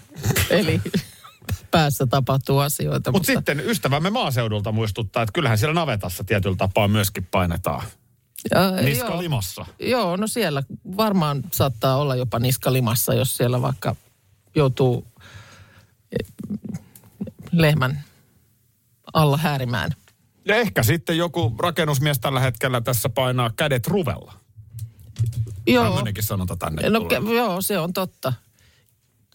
[SPEAKER 4] Eli päässä tapahtuu asioita.
[SPEAKER 2] mut sitten ystävämme maaseudulta muistuttaa, että kyllähän siellä navetassa tietyllä tapaa myöskin painetaan.
[SPEAKER 4] Ää,
[SPEAKER 2] Niska
[SPEAKER 4] joo,
[SPEAKER 2] limassa.
[SPEAKER 4] joo, no siellä varmaan saattaa olla jopa niska limassa, jos siellä vaikka joutuu eh, lehmän alla häärimään.
[SPEAKER 2] Ja ehkä sitten joku rakennusmies tällä hetkellä tässä painaa kädet ruvella.
[SPEAKER 4] Joo,
[SPEAKER 2] Tämmöinenkin sanonta tänne
[SPEAKER 4] no,
[SPEAKER 2] tulee.
[SPEAKER 4] kä- joo, se on totta.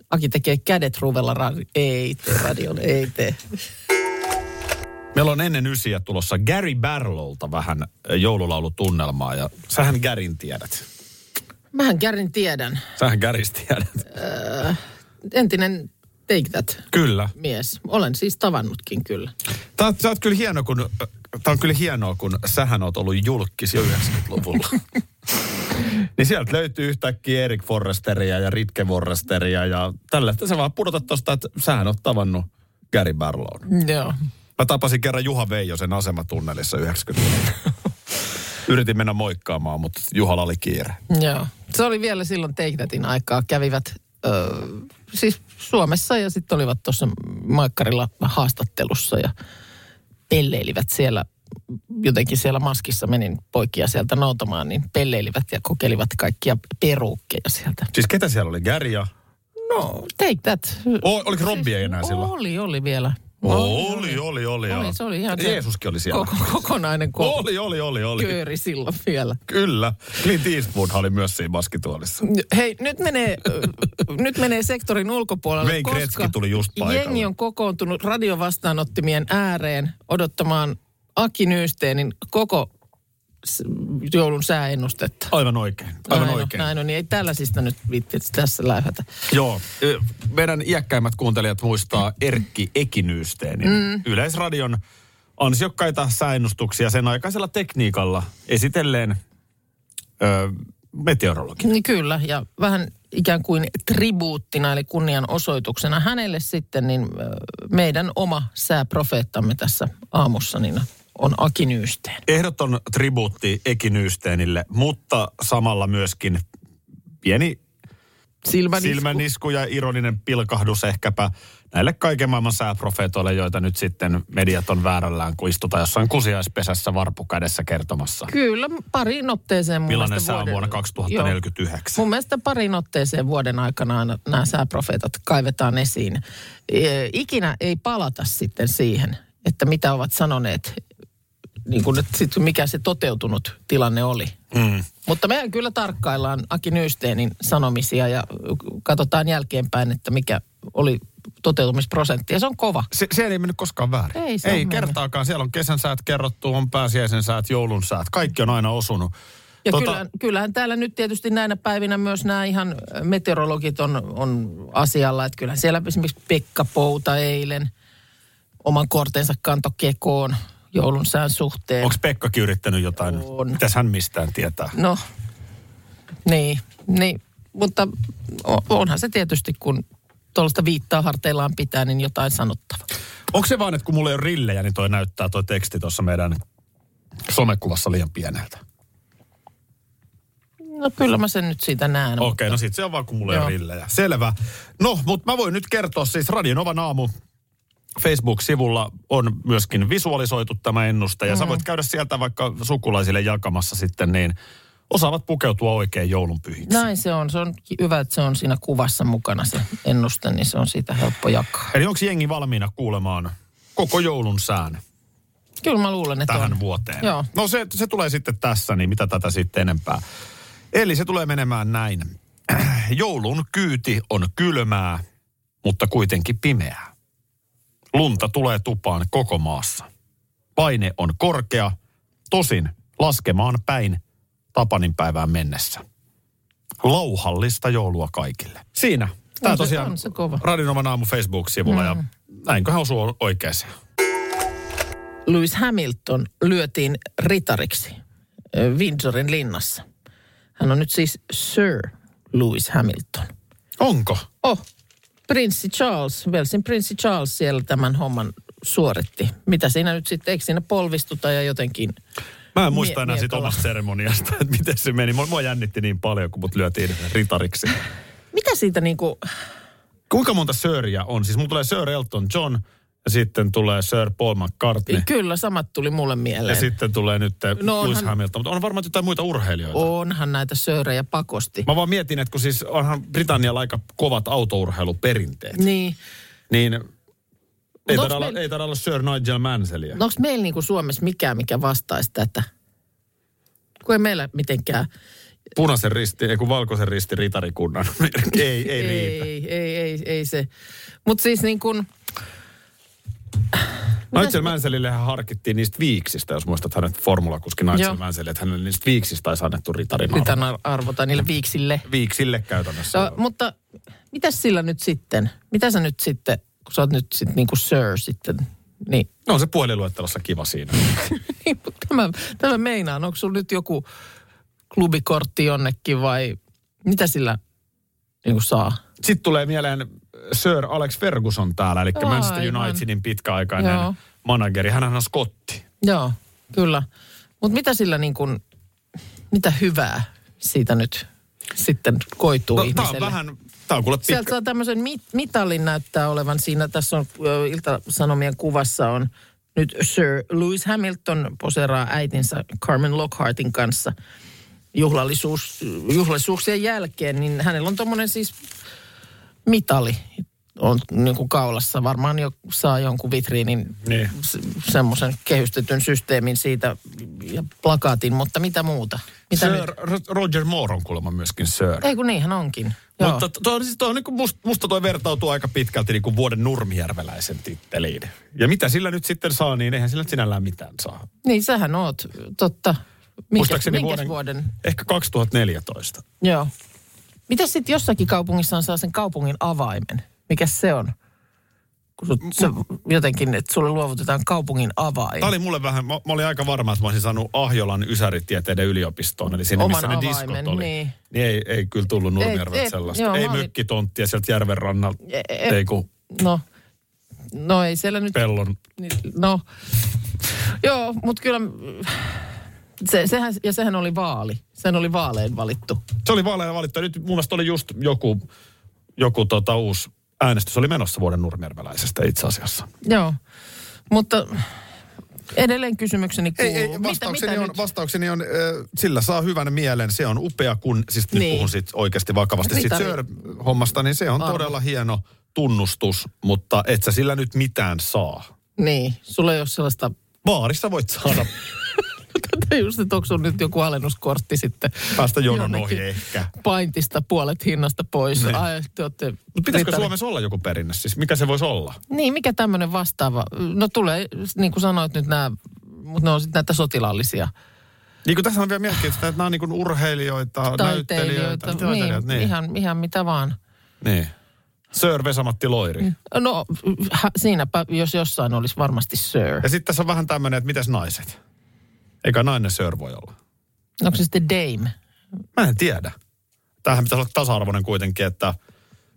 [SPEAKER 4] Aki tekee kädet ruvella, ra- ei tee radion, ei tee.
[SPEAKER 2] Meillä on ennen ysiä tulossa Gary Barlowlta vähän eh, joululaulutunnelmaa ja sähän Garin tiedät.
[SPEAKER 4] Mähän Kärin tiedän.
[SPEAKER 2] Sähän Garys tiedät.
[SPEAKER 4] Entinen Take That
[SPEAKER 2] Kyllä.
[SPEAKER 4] mies. Olen siis tavannutkin kyllä.
[SPEAKER 2] Tää, sä oot kyllä hieno, kun, tää on kyllä hienoa, kun sähän oot ollut julkis jo 90-luvulla. niin sieltä löytyy yhtäkkiä Erik Forresteria ja Ritke Forresteria ja tällaista. Se vaan pudotat tosta, että sähän oot tavannut Gary Barlown.
[SPEAKER 4] Joo.
[SPEAKER 2] Mä tapasin kerran Juha Veijosen asematunnelissa 90 Yritin mennä moikkaamaan, mutta Juhalla oli kiire.
[SPEAKER 4] Joo. Se oli vielä silloin Take Thatin aikaa. Kävivät ö, ö, siis Suomessa ja sitten olivat tuossa Maikkarilla haastattelussa ja pelleilivät siellä jotenkin siellä maskissa menin poikia sieltä noutamaan, niin pelleilivät ja kokeilivat kaikkia peruukkeja sieltä.
[SPEAKER 2] Siis ketä siellä oli? Gary ja...
[SPEAKER 4] No, take that.
[SPEAKER 2] O, oliko Robbi ei enää silloin?
[SPEAKER 4] Oli, oli vielä.
[SPEAKER 2] Oli, oli, oli. joo.
[SPEAKER 4] Oli, se oli ihan se-
[SPEAKER 2] Jeesuskin oli siellä.
[SPEAKER 4] Koko, kokonainen ko-
[SPEAKER 2] Oli, oli, oli, oli.
[SPEAKER 4] kööri silloin vielä.
[SPEAKER 2] Kyllä. Clint Eastwood oli myös siinä maskituolissa.
[SPEAKER 4] Hei, nyt menee, ö, nyt menee sektorin ulkopuolelle,
[SPEAKER 2] Wayne Gretzky
[SPEAKER 4] koska
[SPEAKER 2] tuli just paikalle.
[SPEAKER 4] jengi on kokoontunut radiovastaanottimien ääreen odottamaan Aki Nyysteenin koko s- joulun sääennustetta.
[SPEAKER 2] Aivan oikein. Aivan
[SPEAKER 4] näin
[SPEAKER 2] oikein.
[SPEAKER 4] On, näin on, niin ei tällaisista nyt viittisi tässä lähdetä.
[SPEAKER 2] Joo. Ö, Meidän iäkkäimmät kuuntelijat muistaa Erkki Ekinyysteenin. Mm. Yleisradion ansiokkaita sääennustuksia sen aikaisella tekniikalla esitelleen ö, meteorologin.
[SPEAKER 4] Niin kyllä, ja vähän ikään kuin tribuuttina eli kunnianosoituksena hänelle sitten, niin ö, meidän oma sääprofeettamme tässä aamussa niin on Aki Nyysteen.
[SPEAKER 2] Ehdoton tribuutti Ekinyysteenille, mutta samalla myöskin pieni
[SPEAKER 4] Silmänisku.
[SPEAKER 2] silmänisku ja ironinen pilkahdus ehkäpä näille kaiken maailman sääprofeetoille, joita nyt sitten mediat on väärällään, kun istutaan jossain kusiaispesässä varpukädessä kertomassa.
[SPEAKER 4] Kyllä, pariin otteeseen mun
[SPEAKER 2] Millainen
[SPEAKER 4] mielestä
[SPEAKER 2] sää on
[SPEAKER 4] vuoden-
[SPEAKER 2] vuonna
[SPEAKER 4] Joo.
[SPEAKER 2] 2049?
[SPEAKER 4] Mun mielestä parin otteeseen vuoden aikana aina nämä sääprofeetat kaivetaan esiin. E, Ikinä ei palata sitten siihen, että mitä ovat sanoneet, niin kuin, että sit mikä se toteutunut tilanne oli. Mm. Mutta mehän kyllä tarkkaillaan Aki Nysteenin sanomisia ja katsotaan jälkeenpäin, että mikä oli toteutumisprosentti. Ja se on kova.
[SPEAKER 2] Se, siellä ei mennyt koskaan väärin.
[SPEAKER 4] Ei se
[SPEAKER 2] ei
[SPEAKER 4] ole mennyt.
[SPEAKER 2] kertaakaan. Siellä on kesän säät kerrottu, on pääsiäisen säät, joulun säät. Kaikki on aina osunut.
[SPEAKER 4] Ja tota... kyllähän, kyllähän täällä nyt tietysti näinä päivinä myös nämä ihan meteorologit on, on asialla. Että kyllähän siellä esimerkiksi Pekka Pouta eilen oman kortensa kanto kekoon joulun sään suhteen.
[SPEAKER 2] Onko Pekkakin yrittänyt jotain?
[SPEAKER 4] On.
[SPEAKER 2] Mitäs hän mistään tietää?
[SPEAKER 4] No, niin, niin. Mutta o- onhan se tietysti, kun tuollaista viittaa harteillaan pitää, niin jotain sanottavaa.
[SPEAKER 2] Onko se vaan, että kun mulla ei ole rillejä, niin toi näyttää toi teksti tuossa meidän somekuvassa liian pieneltä?
[SPEAKER 4] No kyllä mä sen nyt siitä näen.
[SPEAKER 2] Okei, okay, no sit se on vaan, kun mulla ei ole
[SPEAKER 4] Joo.
[SPEAKER 2] rillejä. Selvä. No, mutta mä voin nyt kertoa siis Radionovan aamu Facebook-sivulla on myöskin visualisoitu tämä ennuste. Ja mm. sä voit käydä sieltä vaikka sukulaisille jakamassa sitten, niin osaavat pukeutua oikein joulunpyhiksi.
[SPEAKER 4] Näin se on. Se on hyvä, että se on siinä kuvassa mukana se ennuste, niin se on siitä helppo jakaa.
[SPEAKER 2] Eli onko jengi valmiina kuulemaan koko joulun sään
[SPEAKER 4] Kyllä mä luulen, että
[SPEAKER 2] tähän
[SPEAKER 4] on.
[SPEAKER 2] vuoteen?
[SPEAKER 4] Joo.
[SPEAKER 2] No se, se tulee sitten tässä, niin mitä tätä sitten enempää. Eli se tulee menemään näin. Joulun kyyti on kylmää, mutta kuitenkin pimeää. Lunta tulee tupaan koko maassa. Paine on korkea, tosin laskemaan päin Tapanin päivään mennessä. Lauhallista joulua kaikille. Siinä. Tämä
[SPEAKER 4] On se-
[SPEAKER 2] tosiaan
[SPEAKER 4] on se kova.
[SPEAKER 2] Radinoman aamu Facebook-sivulla mm. ja näinköhän osuu oikeeseen.
[SPEAKER 4] Lewis Hamilton lyötiin ritariksi ö, Windsorin linnassa. Hän on nyt siis Sir Lewis Hamilton.
[SPEAKER 2] Onko?
[SPEAKER 4] Oh, prinssi Charles, Velsin prinssi Charles siellä tämän homman suoritti. Mitä siinä nyt sitten, eikö siinä polvistuta ja jotenkin?
[SPEAKER 2] Mä en muista
[SPEAKER 4] Mie-
[SPEAKER 2] enää siitä
[SPEAKER 4] mietola.
[SPEAKER 2] omasta seremoniasta, että miten se meni. Mua, mua jännitti niin paljon, kun mut lyötiin ritariksi.
[SPEAKER 4] Mitä siitä niinku,
[SPEAKER 2] Kuinka monta sörjä on? Siis mulla tulee Sir Elton John ja sitten tulee Sir Paul McCartney.
[SPEAKER 4] kyllä samat tuli mulle
[SPEAKER 2] Niin. Ja
[SPEAKER 4] mieleen.
[SPEAKER 2] sitten tulee nyt no,
[SPEAKER 4] No
[SPEAKER 2] Lewis
[SPEAKER 4] onhan-
[SPEAKER 2] Hamilton. Mutta on varmaan jotain muita urheilijoita.
[SPEAKER 4] Onhan näitä söörejä pakosti.
[SPEAKER 2] Mä vaan mietin, että kun siis onhan Britannialla aika kovat autourheiluperinteet,
[SPEAKER 4] Niin.
[SPEAKER 2] niin ei
[SPEAKER 4] onks
[SPEAKER 2] taida, olla,
[SPEAKER 4] meillä-
[SPEAKER 2] ei taida olla Sir Nigel Mansellia.
[SPEAKER 4] No onko meillä niin kuin Suomessa mikään, mikä vastaisi tätä? Kun ei meillä mitenkään.
[SPEAKER 2] Punaisen risti, ei kun valkoisen risti ritarikunnan. merkki. ei, ei riitä.
[SPEAKER 4] ei, ei, ei, ei se. Mutta siis niin kuin,
[SPEAKER 2] Nigel Mansellillehän harkittiin niistä viiksistä, jos muistat hänet formulakuskin Nigel
[SPEAKER 4] Joo.
[SPEAKER 2] Mansellille, että hänelle niistä viiksistä olisi annettu ritarin
[SPEAKER 4] mitä
[SPEAKER 2] arvo.
[SPEAKER 4] arvota niille viiksille.
[SPEAKER 2] Viiksille käytännössä.
[SPEAKER 4] No, mutta mitä sillä nyt sitten? Mitä sä nyt sitten, kun sä oot nyt sitten niin kuin sir sitten, niin
[SPEAKER 2] No on se puhelinluettelossa kiva siinä.
[SPEAKER 4] Niin, mutta tämä, tämä meinaan. Onko sulla nyt joku klubikortti jonnekin vai mitä sillä niin kuin saa?
[SPEAKER 2] Sitten tulee mieleen äh, Sir Alex Ferguson täällä, eli
[SPEAKER 4] Joo,
[SPEAKER 2] Manchester
[SPEAKER 4] aivan.
[SPEAKER 2] Unitedin pitkäaikainen
[SPEAKER 4] Joo.
[SPEAKER 2] manageri. Hänhän on skotti. No,
[SPEAKER 4] Joo, kyllä. Mutta mitä sillä niin kuin, mitä hyvää siitä nyt sitten koituu
[SPEAKER 2] No, tää on
[SPEAKER 4] ihmiselle.
[SPEAKER 2] vähän, tää on kuule pitkä.
[SPEAKER 4] Sieltä saa tämmöisen mit- mitalin näyttää olevan siinä. Tässä on ö, Ilta-Sanomien kuvassa on nyt Sir Lewis Hamilton poseeraa äitinsä Carmen Lockhartin kanssa juhlallisuus, juhlallisuuksien jälkeen. Niin hänellä on tommonen siis mitali on niin kuin kaulassa. Varmaan jo saa jonkun vitriinin
[SPEAKER 2] Niin.
[SPEAKER 4] se, semmoisen kehystetyn systeemin siitä ja plakaatin, mutta mitä muuta? Mitä
[SPEAKER 2] Sir
[SPEAKER 4] nyt?
[SPEAKER 2] Ro- Roger Moore on kuulemma myöskin Sir.
[SPEAKER 4] Ei kun niinhän onkin. Joo.
[SPEAKER 2] Mutta toi on, siis toi on niin must, musta toi vertautuu aika pitkälti niin vuoden nurmijärveläisen titteliin. Ja mitä sillä nyt sitten saa, niin eihän sillä nyt sinällään mitään saa.
[SPEAKER 4] Niin, sähän oot, totta. Minkä,
[SPEAKER 2] Muistaakseni
[SPEAKER 4] minkäs vuoden? vuoden?
[SPEAKER 2] Ehkä 2014.
[SPEAKER 4] Joo. Mitäs sitten jossakin kaupungissa on saa sen kaupungin avaimen? Mikäs se on? Kun sut,
[SPEAKER 2] Mm.
[SPEAKER 4] se, jotenkin, että sulle luovutetaan kaupungin avain.
[SPEAKER 2] Tämä oli mulle vähän, mä, mä olin aika varma, että mä olisin saanut Ahjolan ysäritieteiden yliopistoon, eli sinne
[SPEAKER 4] Oman
[SPEAKER 2] missä ne
[SPEAKER 4] avaimen,
[SPEAKER 2] diskot oli.
[SPEAKER 4] niin.
[SPEAKER 2] niin ei, ei kyllä tullut
[SPEAKER 4] Ei-
[SPEAKER 2] Nurmijärveltä
[SPEAKER 4] ei-
[SPEAKER 2] sellaista.
[SPEAKER 4] joo,
[SPEAKER 2] ei
[SPEAKER 4] mä olin-
[SPEAKER 2] mökkitonttia sieltä järven rannalta,
[SPEAKER 4] E- e-
[SPEAKER 2] ei kun
[SPEAKER 4] No, no ei siellä nyt...
[SPEAKER 2] pellon.
[SPEAKER 4] Niin, No, joo, mutta kyllä... Se, sehän, ja sehän oli vaali. Sehän oli vaaleen valittu.
[SPEAKER 2] Se oli vaaleilla valittu. Ja Nyt mun mielestä oli just joku, joku tota, uusi äänestys oli menossa vuoden Nurmijärveläisestä itse asiassa.
[SPEAKER 4] Joo, mutta edelleen kysymykseni
[SPEAKER 2] Ei,
[SPEAKER 4] kuuluu.
[SPEAKER 2] ei, vastaukseni, on,
[SPEAKER 4] nyt?
[SPEAKER 2] vastaukseni on, äh, sillä saa hyvän mielen, se on upea kun, siis nyt
[SPEAKER 4] Niin.
[SPEAKER 2] niin. puhun sit oikeasti vakavasti sit
[SPEAKER 4] Ritari.
[SPEAKER 2] Sör-hommasta, niin se on
[SPEAKER 4] Arvo.
[SPEAKER 2] todella hieno tunnustus, mutta et sä sillä nyt mitään saa.
[SPEAKER 4] Niin, sulla ei ole sellaista
[SPEAKER 2] Baarissa voit saada
[SPEAKER 4] Tätä just, että onko sun nyt joku alennuskortti sitten
[SPEAKER 2] päästä jonon
[SPEAKER 4] Jonnekin.
[SPEAKER 2] ohi ehkä.
[SPEAKER 4] paintista puolet hinnasta pois.
[SPEAKER 2] Niin.
[SPEAKER 4] Ai, te ootte
[SPEAKER 2] Mut pitäisikö
[SPEAKER 4] ritari.
[SPEAKER 2] Suomessa olla joku perinne siis? Mikä se voisi olla?
[SPEAKER 4] Niin, mikä tämmöinen vastaava? No tulee, niin kuin sanoit nyt nämä, mutta ne on sitten näitä sotilaallisia
[SPEAKER 2] Niin kuin tässä on vielä mielenkiintoista, että nämä on niin kuin urheilijoita, No, näyttelijöitä.
[SPEAKER 4] taiteilijoita. Niin, niin. Ihan, ihan mitä vaan.
[SPEAKER 2] niin. Sir Vesamatti Loiri. Mm.
[SPEAKER 4] No hä- siinäpä, jos jossain olisi varmasti sir.
[SPEAKER 2] Ja sitten tässä on vähän tämmöinen, että mitäs naiset? Eikä nainen Sir voi olla.
[SPEAKER 4] Onko se sitten dame?
[SPEAKER 2] Mä en tiedä. Tämähän pitäisi olla tasa-arvoinen kuitenkin, että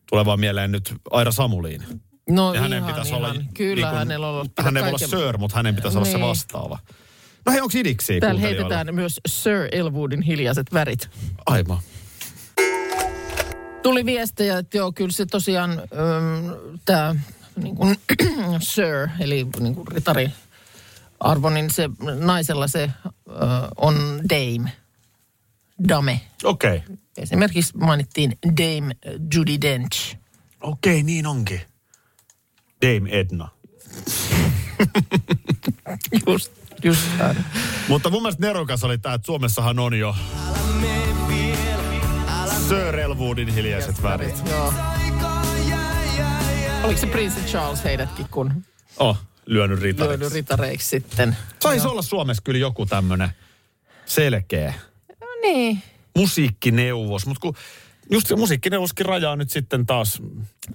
[SPEAKER 2] tulee vaan mieleen nyt Aira Samuliin.
[SPEAKER 4] No
[SPEAKER 2] Ja
[SPEAKER 4] ihan,
[SPEAKER 2] hänen pitäisi
[SPEAKER 4] ihan.
[SPEAKER 2] olla...
[SPEAKER 4] Kyllä
[SPEAKER 2] kun-
[SPEAKER 4] hänellä on ollut.
[SPEAKER 2] Hän ei voi olla
[SPEAKER 4] kaiken-
[SPEAKER 2] sör, mutta hänen pitäisi olla se
[SPEAKER 4] Niin.
[SPEAKER 2] vastaava. No hei, onko idiksi
[SPEAKER 4] Täällä heitetään myös Sir Elwoodin hiljaiset värit.
[SPEAKER 2] Aivan.
[SPEAKER 4] Tuli viestejä, että joo, kyllä se tosiaan tämä niin kuin, sir, eli niin kuin ritari arvo, niin se naisella se ö, on dame, dame.
[SPEAKER 2] Okei. Okay.
[SPEAKER 4] Esimerkiksi mainittiin dame Judy Dench.
[SPEAKER 2] Okei, okay, niin onkin. Dame Edna.
[SPEAKER 4] Just, just näin.
[SPEAKER 2] Mutta mun mielestä nerokas oli tämä, että Suomessahan on jo Sir Elwoodin hiljaiset värit.
[SPEAKER 4] Joo. Oliko se prinssi Charles heidätkin, kun
[SPEAKER 2] Oh, lyönyt
[SPEAKER 4] lyödy
[SPEAKER 2] ritariksi.
[SPEAKER 4] ritareiksi sitten?
[SPEAKER 2] Saisi olla Suomessa kyllä joku tämmöinen selkeä
[SPEAKER 4] No niin.
[SPEAKER 2] musiikkineuvos, mutta kun just se musiikkineuvoskin rajaa nyt sitten taas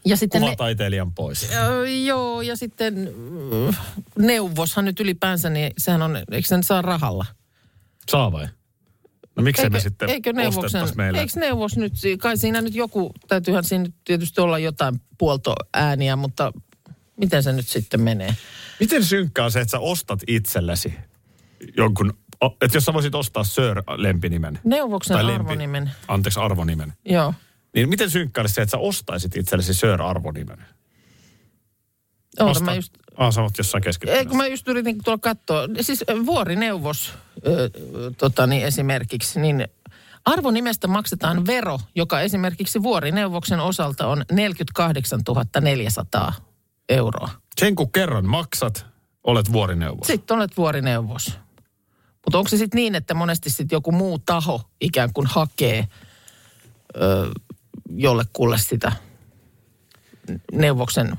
[SPEAKER 4] Ja sitten ne,
[SPEAKER 2] kuvataiteilijan pois.
[SPEAKER 4] Öö, joo, ja sitten öö, neuvoshan nyt ylipäänsä, niin sehän on, eikö sen saa rahalla?
[SPEAKER 2] Saa vai? No miksei me sitten
[SPEAKER 4] eikö,
[SPEAKER 2] ostettais meille?
[SPEAKER 4] eikö neuvos nyt, kai siinä nyt joku, täytyyhän siinä nyt tietysti olla jotain puoltoääniä, mutta miten se nyt sitten menee?
[SPEAKER 2] Miten synkkää on se, että sä ostat itsellesi jonkun, o- että jos sä voisit ostaa Sir-lempinimen.
[SPEAKER 4] Neuvoksen
[SPEAKER 2] tai
[SPEAKER 4] arvonimen.
[SPEAKER 2] Anteeksi, arvonimen.
[SPEAKER 4] Joo.
[SPEAKER 2] Niin miten synkkää olisi se, että sä ostaisit itsellesi Sir-arvonimen?
[SPEAKER 4] Oota, mä just,
[SPEAKER 2] Ah, sä oot jossain keskittynyt.
[SPEAKER 4] ei, kun mä just yritin tuolla katsoa, siis ö, vuorineuvos öö, tota niin, esimerkiksi, niin arvonimestä maksetaan vero, joka esimerkiksi vuorineuvoksen osalta on 48 400 euroa.
[SPEAKER 2] Sen kun kerran maksat, olet vuorineuvos.
[SPEAKER 4] Sitten olet vuorineuvos. Mutta onko se sitten niin, että monesti sitten joku muu taho ikään kuin hakee ö, jollekulle sitä neuvoksen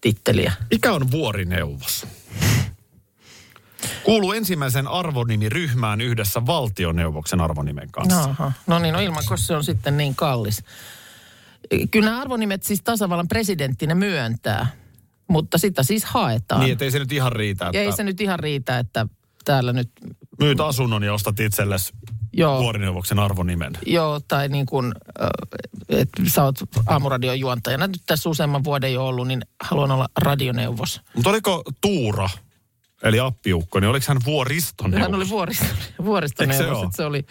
[SPEAKER 4] titteliä?
[SPEAKER 2] Mikä on vuorineuvos? Kuuluu ensimmäisen arvonimiryhmään yhdessä valtioneuvoksen arvonimen kanssa. No.
[SPEAKER 4] Aha. No niin, no ilman, koska se on sitten niin kallis. Kyllä nämä arvonimet siis tasavallan presidentti ne myöntää, mutta sitä siis haetaan.
[SPEAKER 2] Niin, ettei se nyt ihan riitä, että
[SPEAKER 4] ja ei se nyt ihan riitä, että täällä nyt,
[SPEAKER 2] myyt asunnon ja ostat itsellesi
[SPEAKER 4] joo,
[SPEAKER 2] vuorineuvoksen arvonimen.
[SPEAKER 4] joo tai niin kuin, äh, että sä oot aamuradion juontajana nyt tässä useamman vuoden jo ollut, niin haluan olla radioneuvos.
[SPEAKER 2] Mutta oliko Tuura eli appiukko, niin oliko hän vuoriston
[SPEAKER 4] Hän oli vuoriston- vuoristoneuvos.
[SPEAKER 2] Eikö se
[SPEAKER 4] että se oli,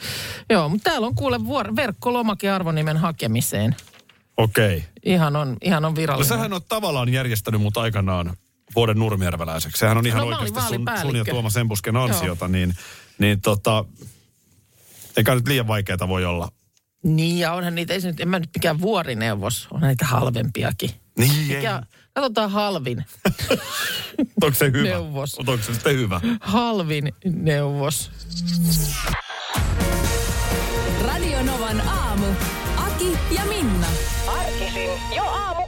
[SPEAKER 4] joo, mutta täällä on kuule vuor, verkkolomake arvonimen hakemiseen.
[SPEAKER 2] Okei. Okay.
[SPEAKER 4] Ihan on, ihan on
[SPEAKER 2] No
[SPEAKER 4] virallinen.
[SPEAKER 2] sähän on tavallaan järjestänyt mut aikanaan vuoden nurmijärveläiseksi. Sehän on ihan
[SPEAKER 4] No, mä olin
[SPEAKER 2] oikeasti sun, sun ja
[SPEAKER 4] vaalipäällikkö.
[SPEAKER 2] Tuomas Embusken ansiota, niin, niin tota, eikä nyt liian vaikeita voi olla.
[SPEAKER 4] Niin, ja onhan niitä, ei se nyt, en mä nyt mikään vuorineuvos, onhan niitä halvempiakin.
[SPEAKER 2] Niin,
[SPEAKER 4] Mikä, katsotaan halvin,
[SPEAKER 2] Onko se hyvä?
[SPEAKER 4] Neuvos.
[SPEAKER 2] Onko se sitten hyvä?
[SPEAKER 4] halvin neuvos.
[SPEAKER 1] Radio Novan aamu. Aki ja Minna.
[SPEAKER 9] Arkisin jo aamu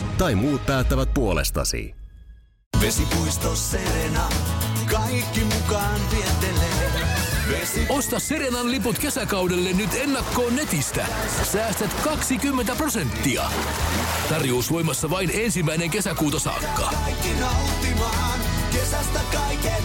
[SPEAKER 7] Tai muut päättävät puolestasi.
[SPEAKER 10] Vesipuisto Serena, kaikki mukaan vientelee. Vesi...
[SPEAKER 11] Osta Serenan liput kesäkaudelle nyt ennakkoon netistä. Säästät 20 prosenttia. Tarjous voimassa vain ensimmäinen kesäkuuta saakka.
[SPEAKER 10] Kaikki nauttimaan, kesästä kaiken